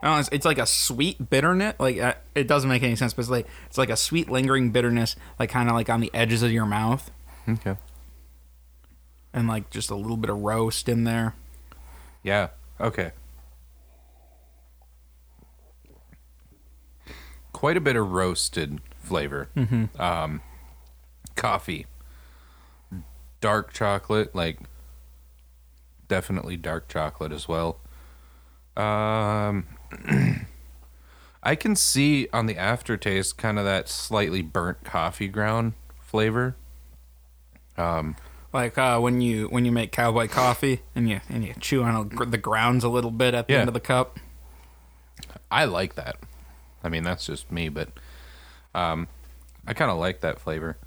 [SPEAKER 1] I don't know, it's, it's like a sweet bitterness. Like uh, it doesn't make any sense, but it's like it's like a sweet lingering bitterness, like kind of like on the edges of your mouth,
[SPEAKER 2] Okay.
[SPEAKER 1] and like just a little bit of roast in there.
[SPEAKER 2] Yeah. Okay. Quite a bit of roasted flavor. Um, coffee, dark chocolate, like definitely dark chocolate as well. Um, I can see on the aftertaste kind of that slightly burnt coffee ground flavor.
[SPEAKER 1] Like uh, when you when you make cowboy coffee and you and you chew on a, gr- the grounds a little bit at the
[SPEAKER 2] Yeah.
[SPEAKER 1] end of the cup.
[SPEAKER 2] I like that. I mean, that's just me, but um, I kind of like that flavor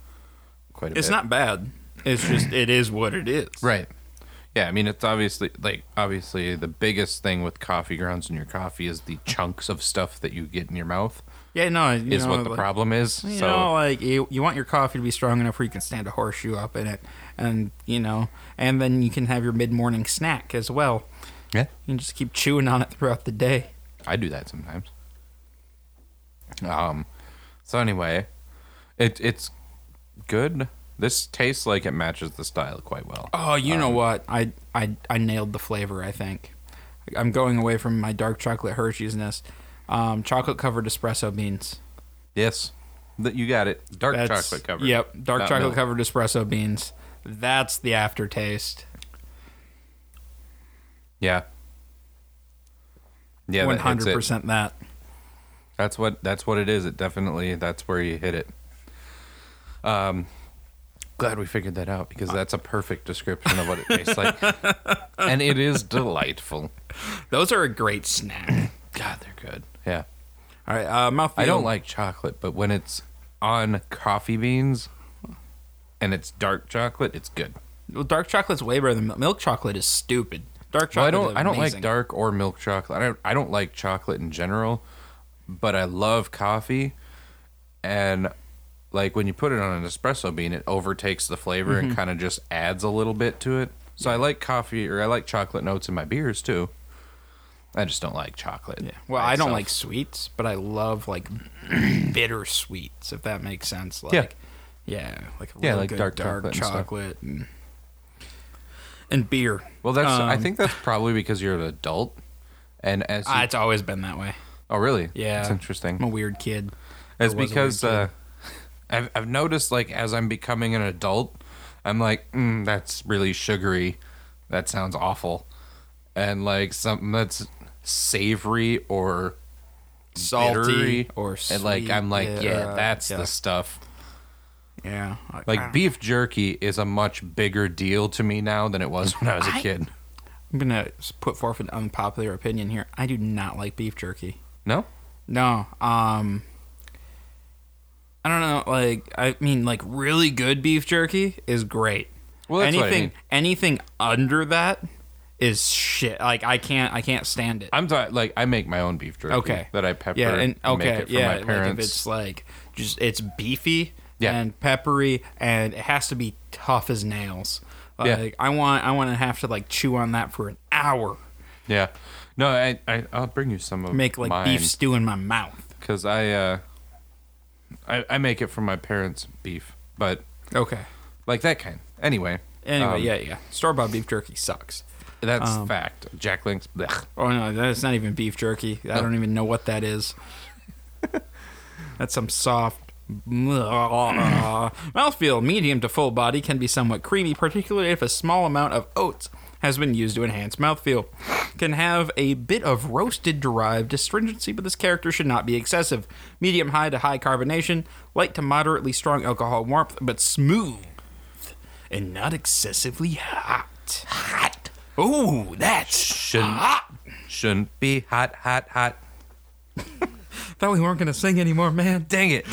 [SPEAKER 2] quite a
[SPEAKER 1] It's
[SPEAKER 2] bit.
[SPEAKER 1] not bad. It's just it is what it is.
[SPEAKER 2] right. Yeah, I mean, it's obviously like obviously the biggest thing with coffee grounds in your coffee is the chunks of stuff that you get in your mouth
[SPEAKER 1] Yeah. No. You
[SPEAKER 2] is
[SPEAKER 1] know,
[SPEAKER 2] what the
[SPEAKER 1] like-
[SPEAKER 2] problem is.
[SPEAKER 1] You
[SPEAKER 2] so
[SPEAKER 1] know, like you, you want your coffee to be strong enough where you can stand a horseshoe up in it, and you know, and then you can have your mid morning snack as well.
[SPEAKER 2] yeah,
[SPEAKER 1] You can just keep chewing on it throughout the day.
[SPEAKER 2] I do that sometimes. Um, so anyway, it it's good. This tastes like it matches the style quite well.
[SPEAKER 1] Oh, you know what? I, I I nailed the flavor. I think I'm going away from my dark chocolate Hershey's ness. Um, chocolate covered espresso beans.
[SPEAKER 2] Yes, that you got it. Dark
[SPEAKER 1] That's-
[SPEAKER 2] chocolate covered.
[SPEAKER 1] Yep, dark
[SPEAKER 2] Not
[SPEAKER 1] chocolate
[SPEAKER 2] milk.
[SPEAKER 1] covered espresso beans. That's the aftertaste.
[SPEAKER 2] Yeah. Yeah,
[SPEAKER 1] One
[SPEAKER 2] that- that's
[SPEAKER 1] hundred
[SPEAKER 2] it.
[SPEAKER 1] percent that.
[SPEAKER 2] That's what that's what it is. It definitely that's where you hit it. Um, glad we figured that out because that's a perfect description of what it tastes like, and it is delightful.
[SPEAKER 1] Those are a great snack.
[SPEAKER 2] God, they're good. Yeah,
[SPEAKER 1] All right, uh, mouthfeel.
[SPEAKER 2] I don't like chocolate, but when it's on coffee beans and it's dark chocolate, it's good.
[SPEAKER 1] Well, dark chocolate's way better than milk. Milk chocolate is stupid. Dark
[SPEAKER 2] Well,
[SPEAKER 1] chocolate.
[SPEAKER 2] I don't.
[SPEAKER 1] is
[SPEAKER 2] I don't like
[SPEAKER 1] amazing.
[SPEAKER 2] dark or milk chocolate. I don't. I don't like chocolate in general, but I love coffee, and like when you put it on an espresso bean, it overtakes the flavor
[SPEAKER 1] Mm-hmm.
[SPEAKER 2] and kind of just adds a little bit to it. So I like coffee or I like chocolate notes in my beers too. I just don't like chocolate.
[SPEAKER 1] Yeah. Well,
[SPEAKER 2] by
[SPEAKER 1] I don't
[SPEAKER 2] itself.
[SPEAKER 1] like sweets, but I love like bitter sweets, if that makes sense. Like,
[SPEAKER 2] Yeah.
[SPEAKER 1] Yeah. Like a
[SPEAKER 2] Yeah,
[SPEAKER 1] real
[SPEAKER 2] like
[SPEAKER 1] good
[SPEAKER 2] dark
[SPEAKER 1] dark
[SPEAKER 2] chocolate and stuff.
[SPEAKER 1] chocolate. And, and, and beer.
[SPEAKER 2] Well, that's. I
[SPEAKER 1] Um,
[SPEAKER 2] think that's probably because you're an adult, and as you,
[SPEAKER 1] Ah, it's always been that way.
[SPEAKER 2] oh really?
[SPEAKER 1] Yeah.
[SPEAKER 2] it's
[SPEAKER 1] I'm
[SPEAKER 2] interesting.
[SPEAKER 1] a weird kid.
[SPEAKER 2] It's
[SPEAKER 1] was a weird
[SPEAKER 2] because
[SPEAKER 1] kid.
[SPEAKER 2] uh, I've I've noticed like as I'm becoming an adult, I'm like, mm, that's really sugary. That sounds awful, and like something that's savory or
[SPEAKER 1] Salty
[SPEAKER 2] bittery,
[SPEAKER 1] or sweet.
[SPEAKER 2] and like I'm like, yeah, that's
[SPEAKER 1] yeah,
[SPEAKER 2] the stuff.
[SPEAKER 1] yeah.
[SPEAKER 2] Like
[SPEAKER 1] I-
[SPEAKER 2] beef jerky is a much bigger deal to me now than it was when I was a
[SPEAKER 1] I-
[SPEAKER 2] kid.
[SPEAKER 1] I'm gonna s- put forth an unpopular opinion here. I do not like beef jerky.
[SPEAKER 2] No,
[SPEAKER 1] No. Um I don't know, like I mean like really good beef jerky is great.
[SPEAKER 2] Well, that's
[SPEAKER 1] anything
[SPEAKER 2] what I mean.
[SPEAKER 1] anything under that is shit. Like I can't I can't stand it.
[SPEAKER 2] I'm talking like I make my own beef jerky.
[SPEAKER 1] okay.
[SPEAKER 2] That I pepper.
[SPEAKER 1] Yeah, and
[SPEAKER 2] and make
[SPEAKER 1] okay,
[SPEAKER 2] it for
[SPEAKER 1] yeah,
[SPEAKER 2] my
[SPEAKER 1] like if
[SPEAKER 2] parents.
[SPEAKER 1] it's like just it's beefy
[SPEAKER 2] Yeah.
[SPEAKER 1] and peppery and it has to be tough as nails.
[SPEAKER 2] Yeah.
[SPEAKER 1] Like I want I want to have to like chew on that for an hour.
[SPEAKER 2] yeah. No, I, I I'll bring you some of
[SPEAKER 1] Make like
[SPEAKER 2] mine,
[SPEAKER 1] beef stew in my mouth.
[SPEAKER 2] because I uh I, I make it from my parents' beef, but
[SPEAKER 1] Okay.
[SPEAKER 2] like that kind. Anyway.
[SPEAKER 1] Anyway,
[SPEAKER 2] um,
[SPEAKER 1] yeah, yeah. Store bought beef jerky sucks.
[SPEAKER 2] That's
[SPEAKER 1] um,
[SPEAKER 2] fact. Jack Links. Blech.
[SPEAKER 1] Oh no, that's not even beef jerky. I don't even know what that is. that's some soft mouthfeel, medium to full body, can be somewhat creamy, particularly if a small amount of oats has been used to enhance mouthfeel. Can have a bit of roasted derived astringency, but this character should not be excessive. Medium high to high carbonation, light to moderately strong alcohol warmth, but smooth and not excessively hot. Hot. Ooh, that's
[SPEAKER 2] Shouldn't
[SPEAKER 1] Ah!
[SPEAKER 2] shouldn't be hot, hot, hot.
[SPEAKER 1] Thought we weren't gonna sing anymore, man.
[SPEAKER 2] Dang it.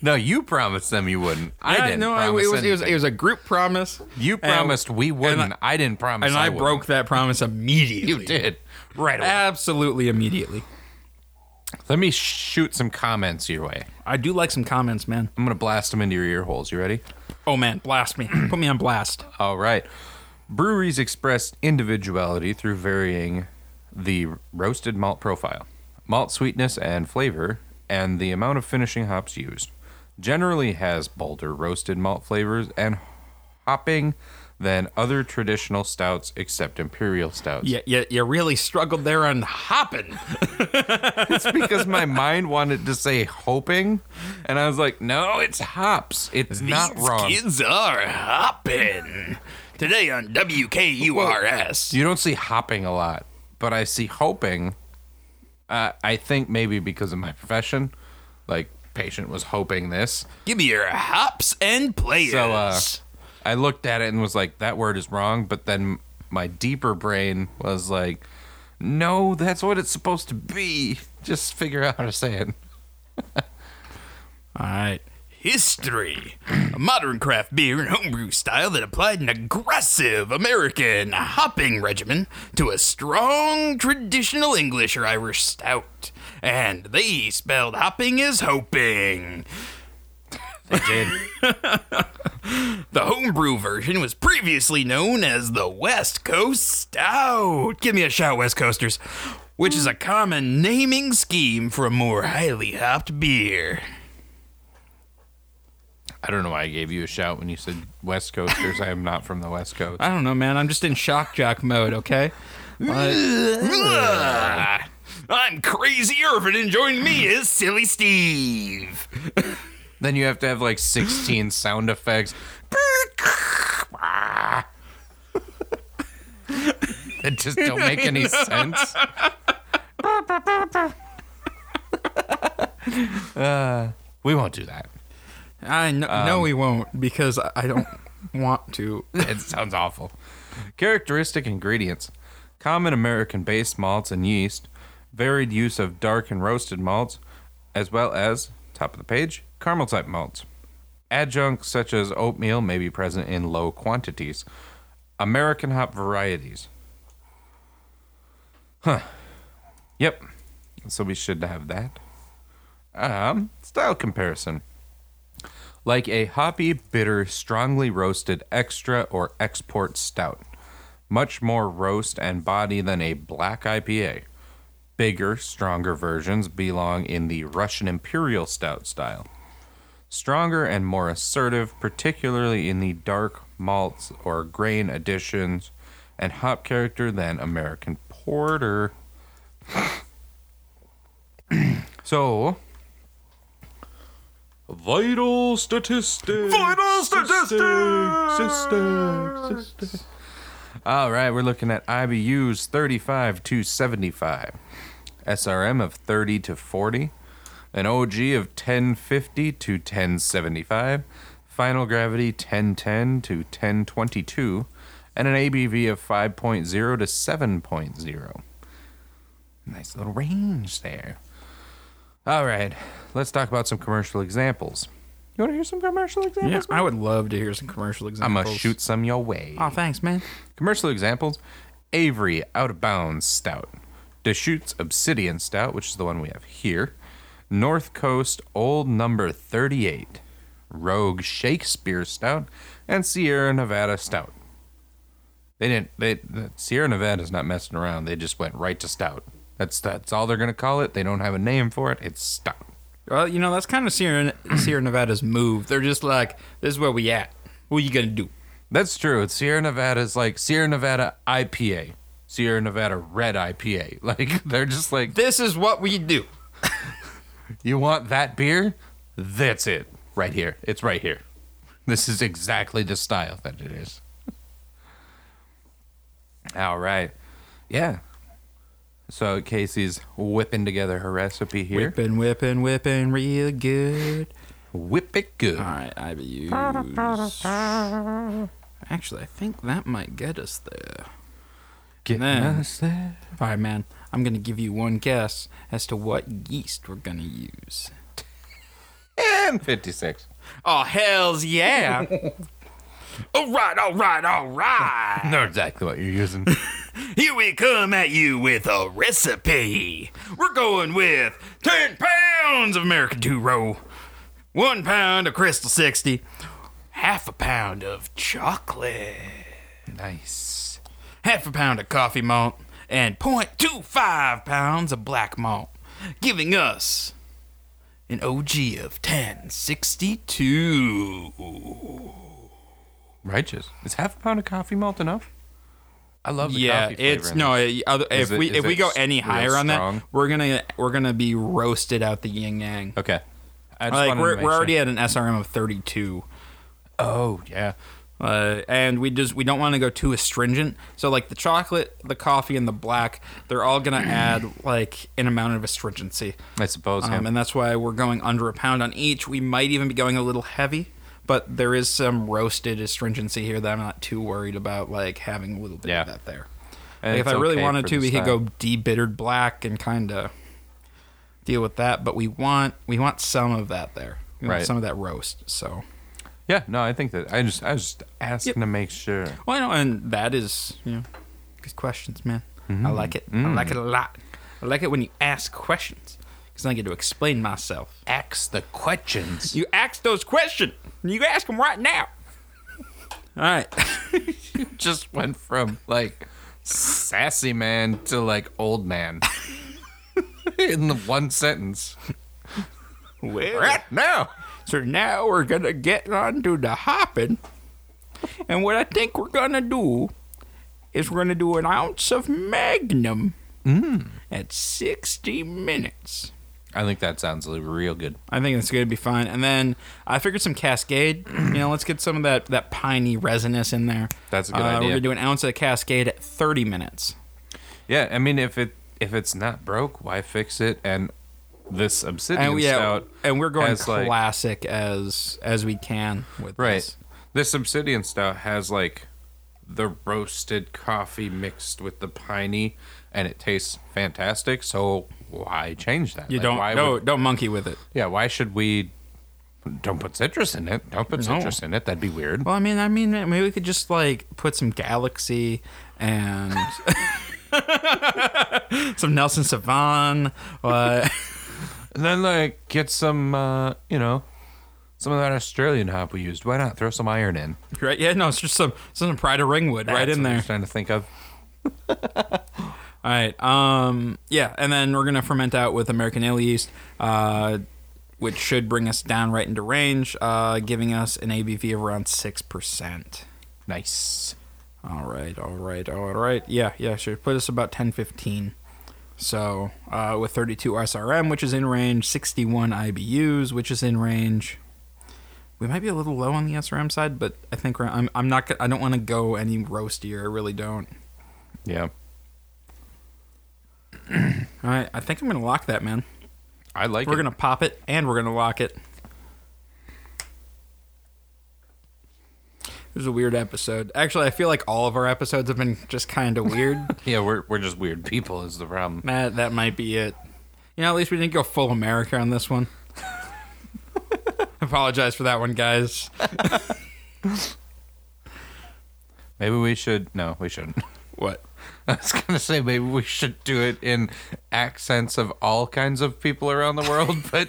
[SPEAKER 2] no, you promised them you wouldn't. I
[SPEAKER 1] Yeah,
[SPEAKER 2] didn't.
[SPEAKER 1] no, I, it
[SPEAKER 2] promise
[SPEAKER 1] was it was
[SPEAKER 2] anything.
[SPEAKER 1] it was a group promise.
[SPEAKER 2] you
[SPEAKER 1] and-
[SPEAKER 2] promised we wouldn't. I, didn't promise.
[SPEAKER 1] and I,
[SPEAKER 2] wouldn't.
[SPEAKER 1] broke that promise immediately.
[SPEAKER 2] You did right away.
[SPEAKER 1] absolutely immediately. Ah!
[SPEAKER 2] Let me shoot some comments your way.
[SPEAKER 1] I do like some comments, man.
[SPEAKER 2] I'm gonna blast them into your ear holes. You ready?
[SPEAKER 1] Oh man, blast me, put me on blast.
[SPEAKER 2] All right. Breweries express individuality through varying the roasted malt profile, malt sweetness and flavor, and the amount of finishing hops used. Generally has bolder roasted malt flavors and hopping than other traditional stouts except imperial stouts.
[SPEAKER 1] Yeah, yeah, you really struggled there on hopping.
[SPEAKER 2] It's because my mind wanted to say hoping and I was like, "No, it's hops. It's not wrong."
[SPEAKER 1] Kids are hopping today on WKURS.
[SPEAKER 2] You don't see hopping a lot, but I see hoping. Uh, I think maybe because of my profession, like patient was hoping this.
[SPEAKER 1] Give me your hops and players.
[SPEAKER 2] So uh, I looked at it and was like, that word is wrong. But then my deeper brain was like, no, that's what it's supposed to be. Just figure out how to say it.
[SPEAKER 1] All right. History. A modern craft beer and homebrew style that applied an aggressive American hopping regimen to a strong traditional English or Irish stout. And they spelled hopping as hoping.
[SPEAKER 2] I did.
[SPEAKER 1] The homebrew version was previously known as the West Coast Stout. Give me a shout, West Coasters. Which is a common naming scheme for a more highly hopped beer.
[SPEAKER 2] I don't know why I gave you a shout when you said West Coasters. I am not from the West Coast.
[SPEAKER 1] I don't know, man. I'm just in shock jock mode, okay? Like- I'm crazy Irvin, and joining me is Silly Steve.
[SPEAKER 2] Then you have to have like 16 sound effects. that just don't make any sense. Uh, we won't do that.
[SPEAKER 1] I know, no, we won't because I I don't want to.
[SPEAKER 2] It sounds awful. Characteristic ingredients common American based malts and yeast, varied use of dark and roasted malts, as well as, top of the page, caramel type malts. Adjuncts such as oatmeal may be present in low quantities. American hop varieties. Huh. Yep. So we should have that. Um, style comparison like a hoppy, bitter, strongly roasted extra or export stout. Much more roast and body than a black IPA. Bigger, stronger versions belong in the Russian Imperial Stout style. Stronger and more assertive, particularly in the dark malts or grain additions and hop character than American Porter. so, vital statistics. Vital statistics. statistics. All right, we're looking at IBUs 35 to 75, SRM of 30 to 40, an OG of 1050 to 1075, final gravity 1010 to 1022, and an ABV of 5.0 to 7.0. Nice little range there. All right, let's talk about some commercial examples. You want to hear some commercial
[SPEAKER 1] Yeah,
[SPEAKER 2] examples?
[SPEAKER 1] I would love to hear some commercial
[SPEAKER 2] I'm
[SPEAKER 1] examples.
[SPEAKER 2] going to shoot some your way.
[SPEAKER 1] Oh, thanks, man.
[SPEAKER 2] Commercial examples Avery Out of Bounds Stout, Deschutes Obsidian Stout, which is the one we have here, North Coast Old Number 38, Rogue Shakespeare Stout, and Sierra Nevada Stout. They didn't, they, the Sierra Nevada's not messing around. They just went right to Stout. That's, that's all they're going to call it. They don't have a name for it. It's Stout.
[SPEAKER 1] Well, you know that's kind of Sierra, Sierra Nevada's move. They're just like, this is where we at. What you gonna do?
[SPEAKER 2] That's true. Sierra Nevada's like Sierra Nevada IPA, Sierra Nevada Red IPA. Like, they're just like,
[SPEAKER 1] This is what we do.
[SPEAKER 2] You want that beer? That's it. Right here. It's right here. This is exactly the style that it is. All right. Yeah. So Casey's whipping together her recipe here.
[SPEAKER 1] Whipping, whipping, whipping, real good.
[SPEAKER 2] Whip it good.
[SPEAKER 1] All right, IBUs. Actually, I think that might get us there.
[SPEAKER 2] Getting
[SPEAKER 1] then-
[SPEAKER 2] us there.
[SPEAKER 1] All right, man. I'm gonna give you one guess as to what yeast we're gonna use.
[SPEAKER 2] And 56.
[SPEAKER 1] Oh hell's yeah! all right, all right, all right.
[SPEAKER 2] Know exactly what you're using.
[SPEAKER 1] Here we come at you with a recipe. We're going with 10 pounds of American 2 roll, 1 pound of Crystal 60, half a pound of chocolate,
[SPEAKER 2] nice.
[SPEAKER 1] half a pound of coffee malt, and 0.25 pounds of black malt, giving us an OG of 1062.
[SPEAKER 2] Righteous. Is half a pound of coffee malt enough? I love the
[SPEAKER 1] yeah
[SPEAKER 2] coffee flavor
[SPEAKER 1] it's
[SPEAKER 2] in
[SPEAKER 1] no
[SPEAKER 2] this.
[SPEAKER 1] it- other, if
[SPEAKER 2] Is it-
[SPEAKER 1] we
[SPEAKER 2] is
[SPEAKER 1] if we
[SPEAKER 2] it
[SPEAKER 1] go
[SPEAKER 2] s-
[SPEAKER 1] any
[SPEAKER 2] real
[SPEAKER 1] higher on
[SPEAKER 2] strong?
[SPEAKER 1] that we're gonna we're gonna be roasted out the yin yang
[SPEAKER 2] Okay. I just
[SPEAKER 1] like
[SPEAKER 2] wanted to
[SPEAKER 1] we're,
[SPEAKER 2] make
[SPEAKER 1] we're
[SPEAKER 2] sure.
[SPEAKER 1] already at an srm of 32
[SPEAKER 2] Oh, yeah.
[SPEAKER 1] uh, and we just we don't want to go too astringent so like the chocolate the coffee and the black they're all gonna add like an amount of astringency
[SPEAKER 2] I suppose. yeah.
[SPEAKER 1] um, and that's why we're going under a pound on each we might even be going a little heavy but there is some roasted astringency here that i'm not too worried about like having a little bit
[SPEAKER 2] Yeah.
[SPEAKER 1] of that there
[SPEAKER 2] And
[SPEAKER 1] Like, if
[SPEAKER 2] it's
[SPEAKER 1] I really
[SPEAKER 2] okay
[SPEAKER 1] wanted
[SPEAKER 2] for
[SPEAKER 1] to,
[SPEAKER 2] the
[SPEAKER 1] we could
[SPEAKER 2] style.
[SPEAKER 1] go debittered black and kind of deal with that. But we want we want some of that there. We want
[SPEAKER 2] Right.
[SPEAKER 1] some of that roast. So
[SPEAKER 2] Yeah, no, I think that I just I was just asking to make sure.
[SPEAKER 1] well, you know, and that is you know good questions, man.
[SPEAKER 2] Mm-hmm.
[SPEAKER 1] I like it.
[SPEAKER 2] Mm.
[SPEAKER 1] I like it a lot. I like it when you ask questions because I get to explain myself.
[SPEAKER 2] Ask the questions.
[SPEAKER 1] You ask those questions. and You ask them right now. All right.
[SPEAKER 2] just went from like sassy man to like old man in the one sentence.
[SPEAKER 1] well,
[SPEAKER 2] Right now,
[SPEAKER 1] so now we're gonna get on to the hopping. And what I think we're gonna do is we're gonna do an ounce of Magnum at 60 minutes.
[SPEAKER 2] I think that sounds real good.
[SPEAKER 1] I think that's gonna be fine. And then I figured some Cascade. You know, let's get some of that that piney resinous in there.
[SPEAKER 2] That's a good
[SPEAKER 1] Uh,
[SPEAKER 2] idea.
[SPEAKER 1] We're gonna do an ounce of Cascade at 30 minutes.
[SPEAKER 2] Yeah, I mean, if it if it's not broke, why fix it? And this obsidian
[SPEAKER 1] And yeah,
[SPEAKER 2] stout,
[SPEAKER 1] and we're going
[SPEAKER 2] has, like-
[SPEAKER 1] classic as as we can with
[SPEAKER 2] right?
[SPEAKER 1] this.
[SPEAKER 2] This obsidian stout has like the roasted coffee mixed with the piney, and it tastes fantastic. So why change that?
[SPEAKER 1] You
[SPEAKER 2] Like, why
[SPEAKER 1] don't
[SPEAKER 2] would-
[SPEAKER 1] no, don't monkey with it.
[SPEAKER 2] Yeah, why should we? Don't put citrus in it. Don't put citrus in it. That'd be weird.
[SPEAKER 1] Well, I mean, I mean, maybe we could just like put some Galaxy and some Nelson Savan. Uh,
[SPEAKER 2] And then like get some, uh, you know, some of that Australian hop we used. Why not throw some iron in?
[SPEAKER 1] right? Yeah, no, it's just some some Pride of Ringwood right
[SPEAKER 2] That's
[SPEAKER 1] in
[SPEAKER 2] what I
[SPEAKER 1] there.
[SPEAKER 2] was trying to think of.
[SPEAKER 1] All right. Um. Yeah, and then we're gonna ferment out with American ale yeast, uh, which should bring us down right into range, uh, giving us an ABV of around six percent.
[SPEAKER 2] Nice.
[SPEAKER 1] All right, all right, all right. Yeah, yeah, sure. Put us about 10 15. So, uh, with 32 SRM, which is in range, 61 IBUs, which is in range. We might be a little low on the SRM side, but I think we're, I'm, I'm not, go- I don't want to go any roastier. I really don't.
[SPEAKER 2] Yeah.
[SPEAKER 1] All right, I think I'm going to lock that, man.
[SPEAKER 2] I like
[SPEAKER 1] We're
[SPEAKER 2] it.
[SPEAKER 1] going to pop it and we're going to lock it. It was a weird episode. Actually, I feel like all of our episodes have been just kind of weird.
[SPEAKER 2] Yeah, we're we're just weird people is the problem.
[SPEAKER 1] That that might be it. You know, at least we didn't go full America on this one. Apologize for that one, guys.
[SPEAKER 2] Maybe we should no, we shouldn't.
[SPEAKER 1] What?
[SPEAKER 2] I was gonna say maybe we should do it in accents of all kinds of people around the world, but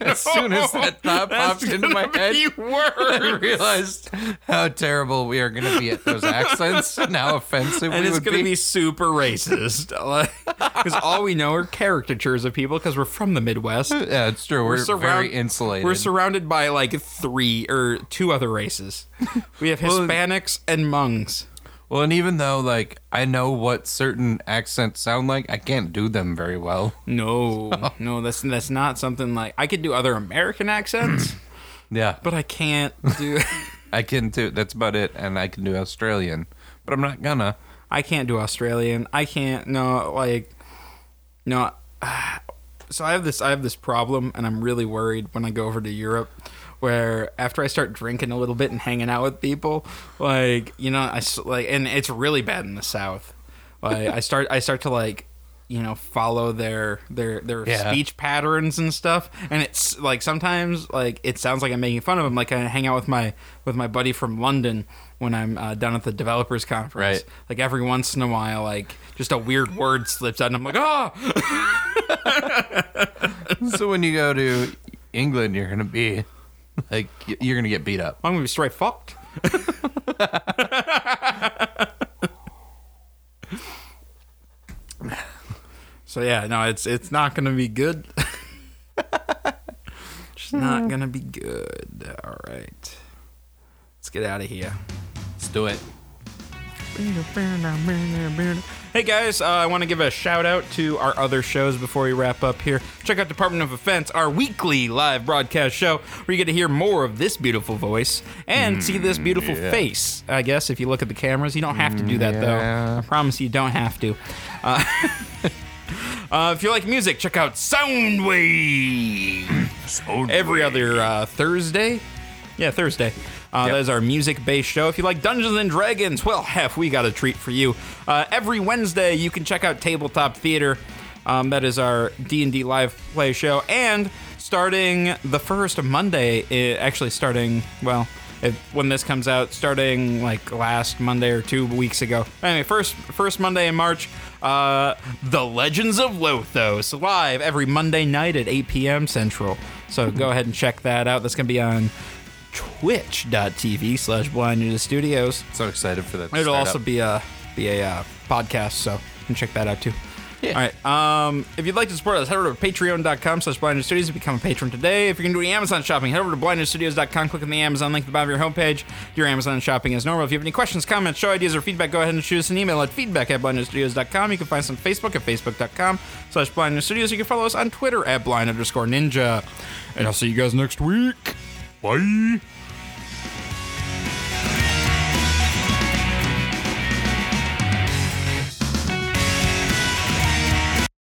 [SPEAKER 2] as soon as that thought popped into my head, I realized how terrible we are gonna be at those accents and how offensive
[SPEAKER 1] And
[SPEAKER 2] we
[SPEAKER 1] it's
[SPEAKER 2] would
[SPEAKER 1] gonna
[SPEAKER 2] be.
[SPEAKER 1] be super racist, because all we know are caricatures of people. Because we're from the Midwest, we're,
[SPEAKER 2] Yeah, it's true. We're,
[SPEAKER 1] surround-
[SPEAKER 2] very insulated.
[SPEAKER 1] We're surrounded by like three or two other races. We have Hispanics and Hmmongs.
[SPEAKER 2] well, and even though like I know what certain accents sound like, I can't do them very well.
[SPEAKER 1] No, no, that's that's not something like I could do other American accents,
[SPEAKER 2] Yeah,
[SPEAKER 1] but I can't do.
[SPEAKER 2] I can do. That's about it. And I can do Australian, but I'm not gonna.
[SPEAKER 1] I can't do Australian. I can't no like no. So I have this I have this problem, and I'm really worried when I go over to Europe, where after I start drinking a little bit and hanging out with people, like you know I s- like and it's really bad in the South. Like I start I start to like you know follow their their their
[SPEAKER 2] Yeah.
[SPEAKER 1] speech patterns and stuff and it's like sometimes like it sounds like i'm making fun of them like i hang out with my with my buddy from london when i'm uh, down at the developers conference
[SPEAKER 2] Right.
[SPEAKER 1] like every once in a while, like just a weird word slips out, and I'm like, oh,
[SPEAKER 2] so when you go to England, you're gonna be like y- you're gonna get beat up.
[SPEAKER 1] I'm gonna be straight fucked. so yeah, no, it's it's not gonna be good. It's not gonna be good. All right, let's get out of here.
[SPEAKER 2] Let's do it.
[SPEAKER 1] Hey guys, uh, I want to give a shout out to our other shows before we wrap up here. Check out Department of Offense, our weekly live broadcast show where you get to hear more of this beautiful voice and see this beautiful face. I guess if you look at the cameras, you don't have to do that though.
[SPEAKER 2] yeah.
[SPEAKER 1] I promise you don't have to. Uh, uh, if you like music, check out Soundwave every other uh, Thursday. Yeah, Thursday. Uh,
[SPEAKER 2] Yep.
[SPEAKER 1] That is our music based show. If you like Dungeons and Dragons, well, heff, we got a treat for you. Uh, every Wednesday, you can check out Tabletop Theater. Um, that is our D and D live play show, and starting the first Monday, i actually starting well, if, when this comes out, starting like last Monday or two weeks ago. Anyway, first first Monday in March, uh, the Legends of Lothos live every Monday night at 8 p.m. Central. So go ahead and check that out. That's gonna be on twitch.tv slash blind Ninja studios.
[SPEAKER 2] So excited for that. to
[SPEAKER 1] It'll
[SPEAKER 2] start
[SPEAKER 1] also
[SPEAKER 2] up.
[SPEAKER 1] be a be a uh, podcast, so you can check that out too.
[SPEAKER 2] Yeah.
[SPEAKER 1] All right. Um, if you'd like to support us, head over to patreon.com slash blind Ninja studios and become a patron today. If you're going to do any Amazon shopping, head over to blindstudios.com, click on the Amazon link at the bottom of your homepage. Do your Amazon shopping as normal. If you have any questions, comments, show ideas, or feedback, go ahead and shoot us an email at feedback at blindstudios.com. You can find us on Facebook at facebook.com slash blind Ninja studios. You can follow us on Twitter at blind underscore ninja. And I'll see you guys next week. Bye.